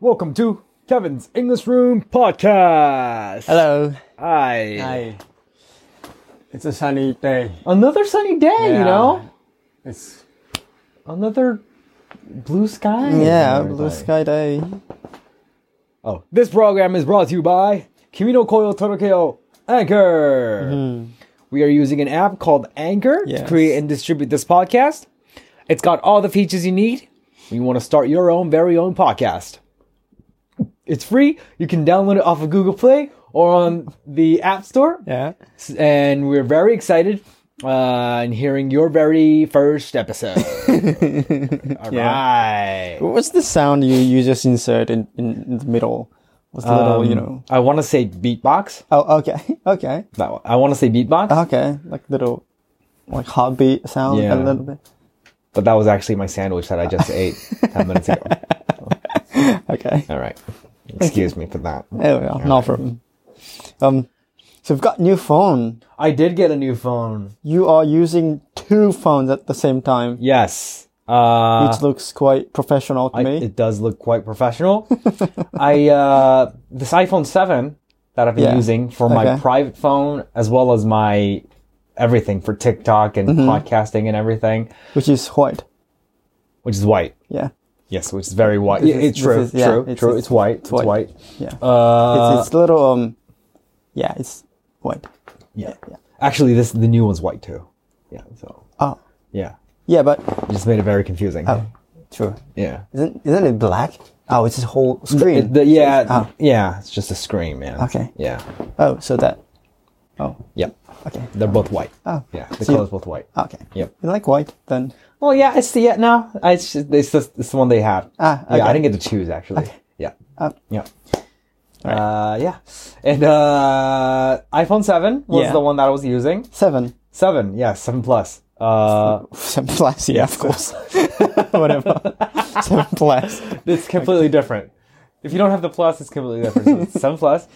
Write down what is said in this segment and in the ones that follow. Welcome to Kevin's English Room Podcast. Hello. Hi. Hi. It's a sunny day. Another sunny day, you Yeah. know? It's Another blue sky. yeah, and blue everything. sky day. Oh, this program is brought to you by Kimino Koyo Torokeo Anchor. We are using an app called Anchor to Mm-hmm. Yes. create and distribute this podcast. It's got all the features you need when you want to start your own very own podcast. It's free. You can download it off of Google Play or on the App Store. Yeah. S- And we're very excited uh, in hearing your very first episode. All right. What was the sound you, you just insert in, in, in the middle? What's the little, you Um, know? I want to say beatbox. Oh, okay, okay, No, I want to say beatbox. okay. Like little, like heartbeat sound Yeah. a little bit. But that was actually my sandwich that I just ate 10 minutes ago. Okay. All right. Excuse me for that. There we are. No problem. Um, so we've got new phone. I did get a new phone. You are using two phones at the same time, Yes. Uh, which looks quite professional to I- me. it does look quite professional. I uh, This iPhone 7 that I've been Yeah. using for my Okay. private phone as well as my everything for TikTok and Mm-hmm. podcasting and everything, which is white. which is white. Yeah, Yes, which is very white. This Yeah, is- it's true. this is- yeah, true. it's- true. It's, it's- white. It's it's white. white. yeah. Uh, it's, it's little um, yeah, it's white. yeah. Actually, this the new one's white too. Yeah. So Oh, yeah, yeah, but You just made it very confusing. Oh. true. Yeah. Isn't isn't it black? Oh, it's his whole screen. It- the- yeah, Oh. yeah. It's just a scream, man. Okay. Yeah. oh, so that. Oh, Yep. okay. They're both white. Oh. Yeah. The So you- Oh. color's both white. Okay. Yep. You like white then? Well, yeah. It's the yeah. No, I- it's just, it's just it's the one they have. Ah, Yeah. I okay. didn't get to choose actually. Yeah. Oh. yeah. Uh, yeah. And uh, iPhone seven was Yeah. the one that I was using. Seven. Seven. Yeah. Seven plus. Uh, Seven plus. Yeah, of course. Whatever. Seven plus. it's completely different. If you don't have the plus, it's completely different. So it's seven plus.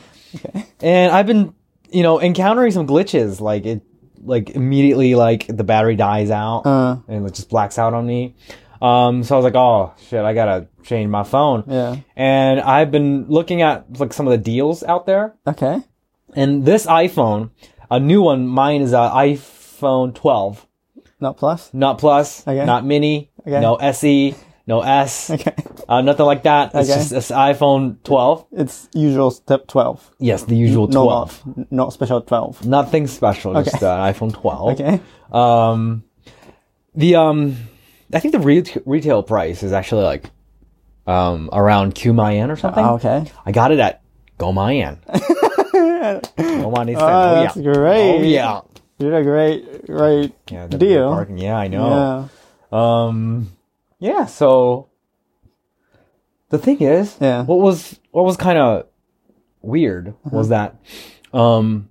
And I've been, you know, encountering some glitches. Like it, like immediately, like the battery dies out Uh. and it just blacks out on me. Um, so I was like, oh shit, I gotta change my phone. Yeah. And I've been looking at like some of the deals out there. Okay. And this iPhone, a new one, mine is a iPhone 12, Not plus. not plus, Okay. not mini, Okay. no SE, no S. Okay. Uh, nothing like that. It's Okay. just it's iPhone 12. It's usual step twelve. Yes, the usual No 12. Not, not special twelve. Nothing special. Just uh, an iPhone 12. Okay. Um, the um, I think the re- retail price is actually like um around Qmayan or something. Ah, Oh, Okay. I got it at Gomayan. Gomayan. is- Oh, that's yeah. great. Oh yeah. You did a great, great Yeah. the- the deal. parking- Yeah, I know. Yeah. Um, yeah. So the thing is, Yeah. what was what was kind of weird was that, um,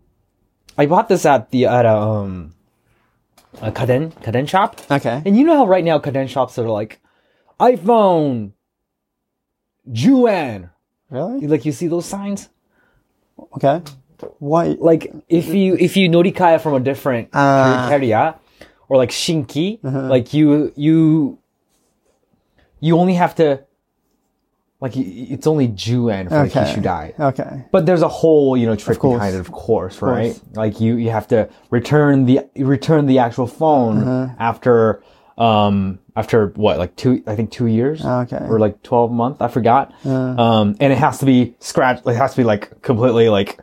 I bought this at the at a um, a kaden kaden shop, Okay. and you know how right now kaden shops are like iPhone, Juan, Really? like you see those signs, Okay. Why? like if you if you norikaya from a different Mm-hmm. Ah. Uh-huh. area or like shinki like you you you only have to like y- y- it's only juan for Okay. like kishudai Okay. but there's a whole you know trick course. behind it of course right like you you have to return the return the actual phone Uh-huh. after um after what like two i think two years Okay. Uh. or like 12 month i forgot um and it has to be scratch it has to be like completely like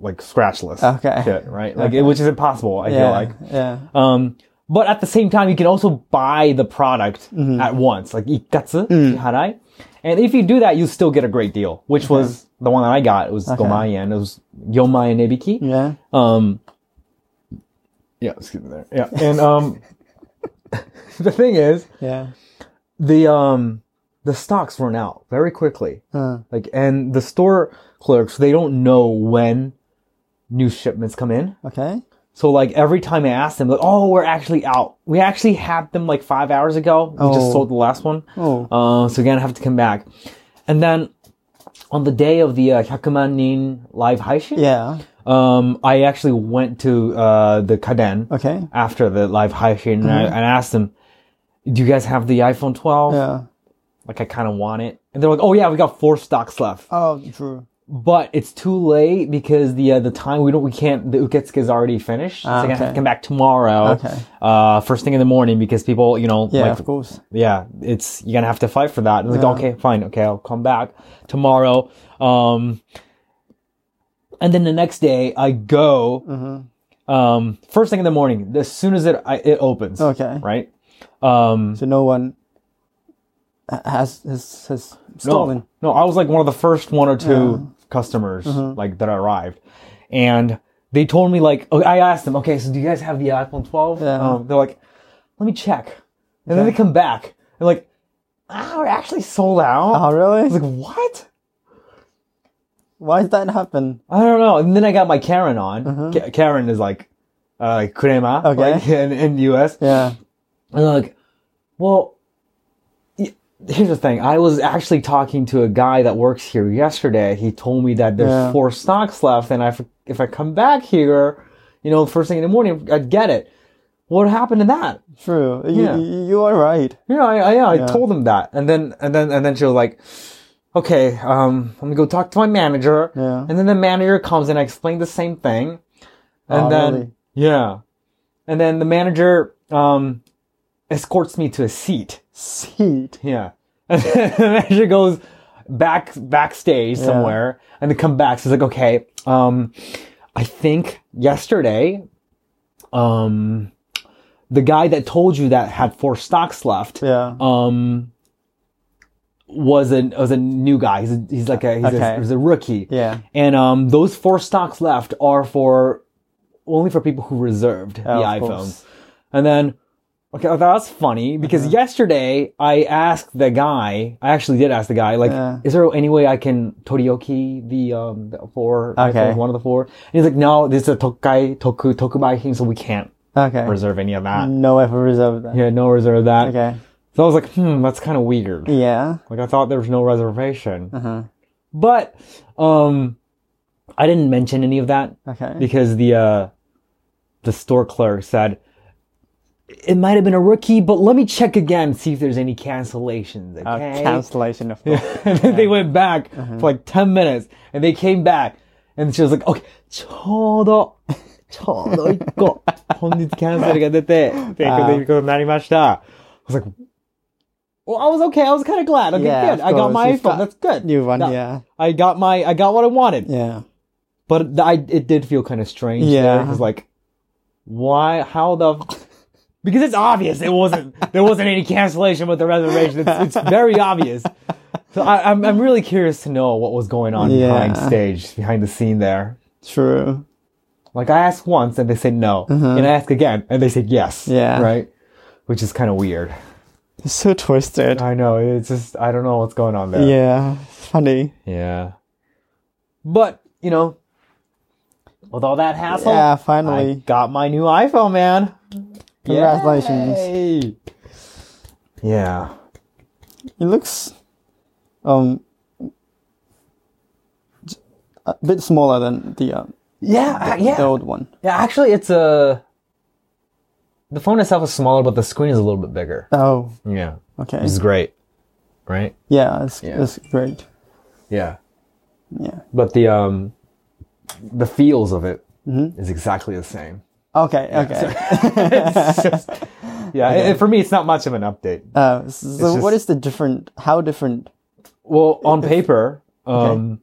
like scratchless Okay. shit, right like it, which is impossible i feel Yeah. like yeah. um, but at the same time, you can also buy the product at once, like ikatsu, harai. And if you do that, you still get a great deal, which was the one that I got. It was okay. yen. It was yomai and ebiki. yeah. Um, yeah, excuse me there. Yeah. And, um, the thing is, Yeah. the, um, the stocks run out very quickly. Uh, Like, and the store clerks, they don't know when new shipments come in. okay. So like every time I ask them, like, oh, we're actually out. We actually had them like five hours ago. We just Oh. sold the last one. Oh. Uh, so again, I have to come back. And then on the day of the uh, 100만 nin live haishin, Yeah. um, I actually went to uh, the kaden Okay. Mm-hmm. after the live haishin and, I, and I asked them, do you guys have the iPhone 12? Yeah. Like I kind of want it, and they're like, "Oh yeah, we got four stocks left," Oh, true. but it's too late because the uh, the time we don't we can't the uketsuka is already finished. so I have Ah, okay. to come back tomorrow, Okay. uh, first thing in the morning because people, you know, Yeah, like of course. yeah, it's you're gonna have to fight for that. And it's like, okay, fine, okay, I'll come back tomorrow. Um, and then the next day, I go. Mm-hmm. Um, first thing in the morning, as soon as it I, it opens, Okay. right? Um, So no one ha- has has, has stolen. no, no, I was like one of the first one or two customers Mm-hmm. like that arrived, and they told me like, oh, I asked them, okay, so do you guys have the iPhone 12? Yeah. Um, they're like, let me check, and then they come back and like, ah, we're actually sold out. Oh, I was really? like, what? Why did that happen? I don't know. And then I got my Karen on. Ka- Karen is like, uh, like crema, Mm-hmm. Okay. like in, in US. Yeah. And I'm like, well, y- here's the thing. I was actually talking to a guy that works here yesterday. He told me that there's Yeah. four stocks left, and I, f- if I come back here, you know, first thing in the morning, I'd get it. What happened to that? True. You, Yeah. you, you are right. Yeah, I, I, yeah, I Yeah. told him that, and then and then and then she was like, "Okay, um, I'm gonna go talk to my manager." Yeah. And then the manager comes and I explain the same thing, and Oh, then really? yeah, and then the manager um escorts me to a seat. Seat. Yeah, and then the manager goes back backstage somewhere, and they come back. So he's like, "Okay, um, I think yesterday, um." The guy that told you that had four stocks left, Yeah. um was a was a new guy. He's a, he's like a he's, Okay. a he's a rookie. Yeah. And um those four stocks left are for only for people who reserved Oh, the of iPhone. course. Uh-huh. And then okay, well, that's funny because yesterday I asked the guy. I actually did ask the guy like, Yeah. is there any way I can torioki the um the four Okay. iPhones, one of the four? And he's like, no, this is a tokai toku tokubai thing, so we can't Okay. reserve any of that. No effort reserved then. Yeah, no reserve of that. Mm. Okay. So I was like, hmm, that's kind of weird. Yeah. Like I thought there was no reservation. Uh-huh. But um I didn't mention any of that Okay. because the uh the store clerk said it might have been a rookie, but let me check again, see if there's any cancellations. Uh, Okay. cancellation of course. and then they went back for like ten minutes and they came back and she was like, Okay, ちょうど、ちょうど一個、本日キャンセルが出て、ということで、なりました。I was like, well, I was okay. I was kind of glad. Okay, Yeah, good. of I got course. my You've iPhone. got That's good. New one. That- Yeah. I got my, I got what I wanted. Yeah. But th- I, it did feel kind of strange. Yeah. Yeah. Because like, why, how the, f- because it's obvious it wasn't, there wasn't any cancellation with the reservation. It's, it's very obvious. So I, I'm, I'm really curious to know what was going on Yeah. behind stage, behind the scene there. True. Like I asked once and they said no. And I asked again and they said yes. Uh-huh. Yeah. Right? Which is kind of weird. It's so twisted. I know. It's just, I don't know what's going on there. Yeah. Funny. Yeah. But, you know, with all that hassle, Yeah. I Finally. got my new iPhone, man. Congratulations. Yay. Yeah. It looks um a bit smaller than the uh, Yeah, yeah. the old one. yeah, actually it's a the phone itself is smaller, but the screen is a little bit bigger. Oh, Yeah. okay. This is great. Right? Yeah, it's, Yeah. it's great. Yeah. Yeah. But the um the feels of it is exactly the same. Okay. Okay. It's just- yeah, it- it- for me it's not much of an update. Uh, s- so, just- what is the different? How different? Well, on paper, um,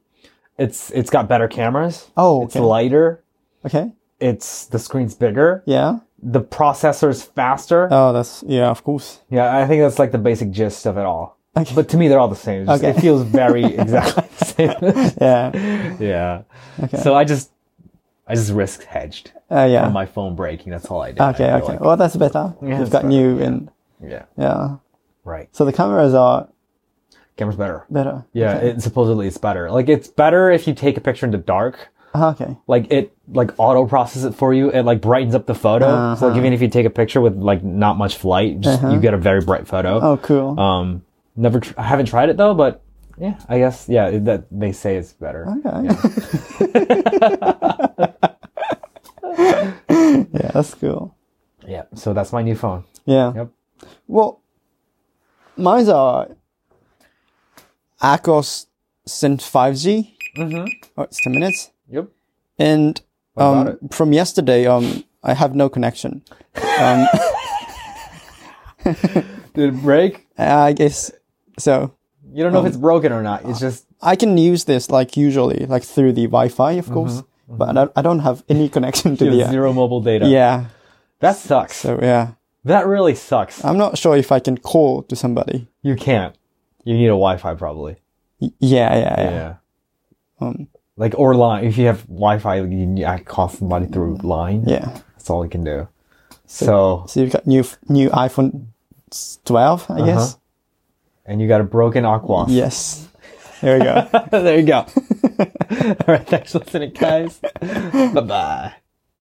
it's it's got better cameras. Oh, it's okay. lighter. Okay. It's the screen's bigger. Yeah. The processor's faster. Oh, that's yeah. Of course. yeah, I think that's like the basic gist of it all. Okay. But to me, they're all the same. It's just- Okay. It feels very exactly the Yeah. same. yeah. Okay. So I just I just risk hedged Uh, yeah. on Oh my phone breaking. That's all I did. okay. I feel Okay. like. well, that's better. You've it's got better, new and Yeah. yeah. Right. So the cameras are Camera's better. better. Yeah. It, supposedly it's better. Like it's better if you take a picture in the dark. Ah, okay. like it like auto processes it for you. It like brightens up the photo. So Uh-huh. like even if you take a picture with like not much light, just, you get a very bright photo. Oh, cool. Um, never tr- I haven't tried it though, but yeah, I guess yeah it- that they say it's better. okay. Yeah. that's cool. Yeah, so that's my new phone. Yeah. Yep. Well, mine's are Akos sent 5G. Oh, it's 10 minutes. Yep. And Mm-hmm. about um, from yesterday, um, I have no connection. Did it break? I guess so. You don't Um, know if it's broken or not. It's just I can use this like usually, like through the Wi-Fi, of course, but I, I don't have any connection to Mm-hmm. you the have zero mobile data. yeah. That sucks. So yeah, that really sucks. I'm not sure if I can call to somebody. you can't. You need a Wi-Fi probably. Y- Yeah, yeah, yeah. Um, Yeah. Um, like or line. If you have Wi-Fi, you need, I call somebody through line. Yeah. That's all I can do. So So you've got new f- new iPhone 12, Uh-huh. I guess. and you got a broken aqua. Yes. There we go. there you go. all right. Thanks for listening, guys. bye bye.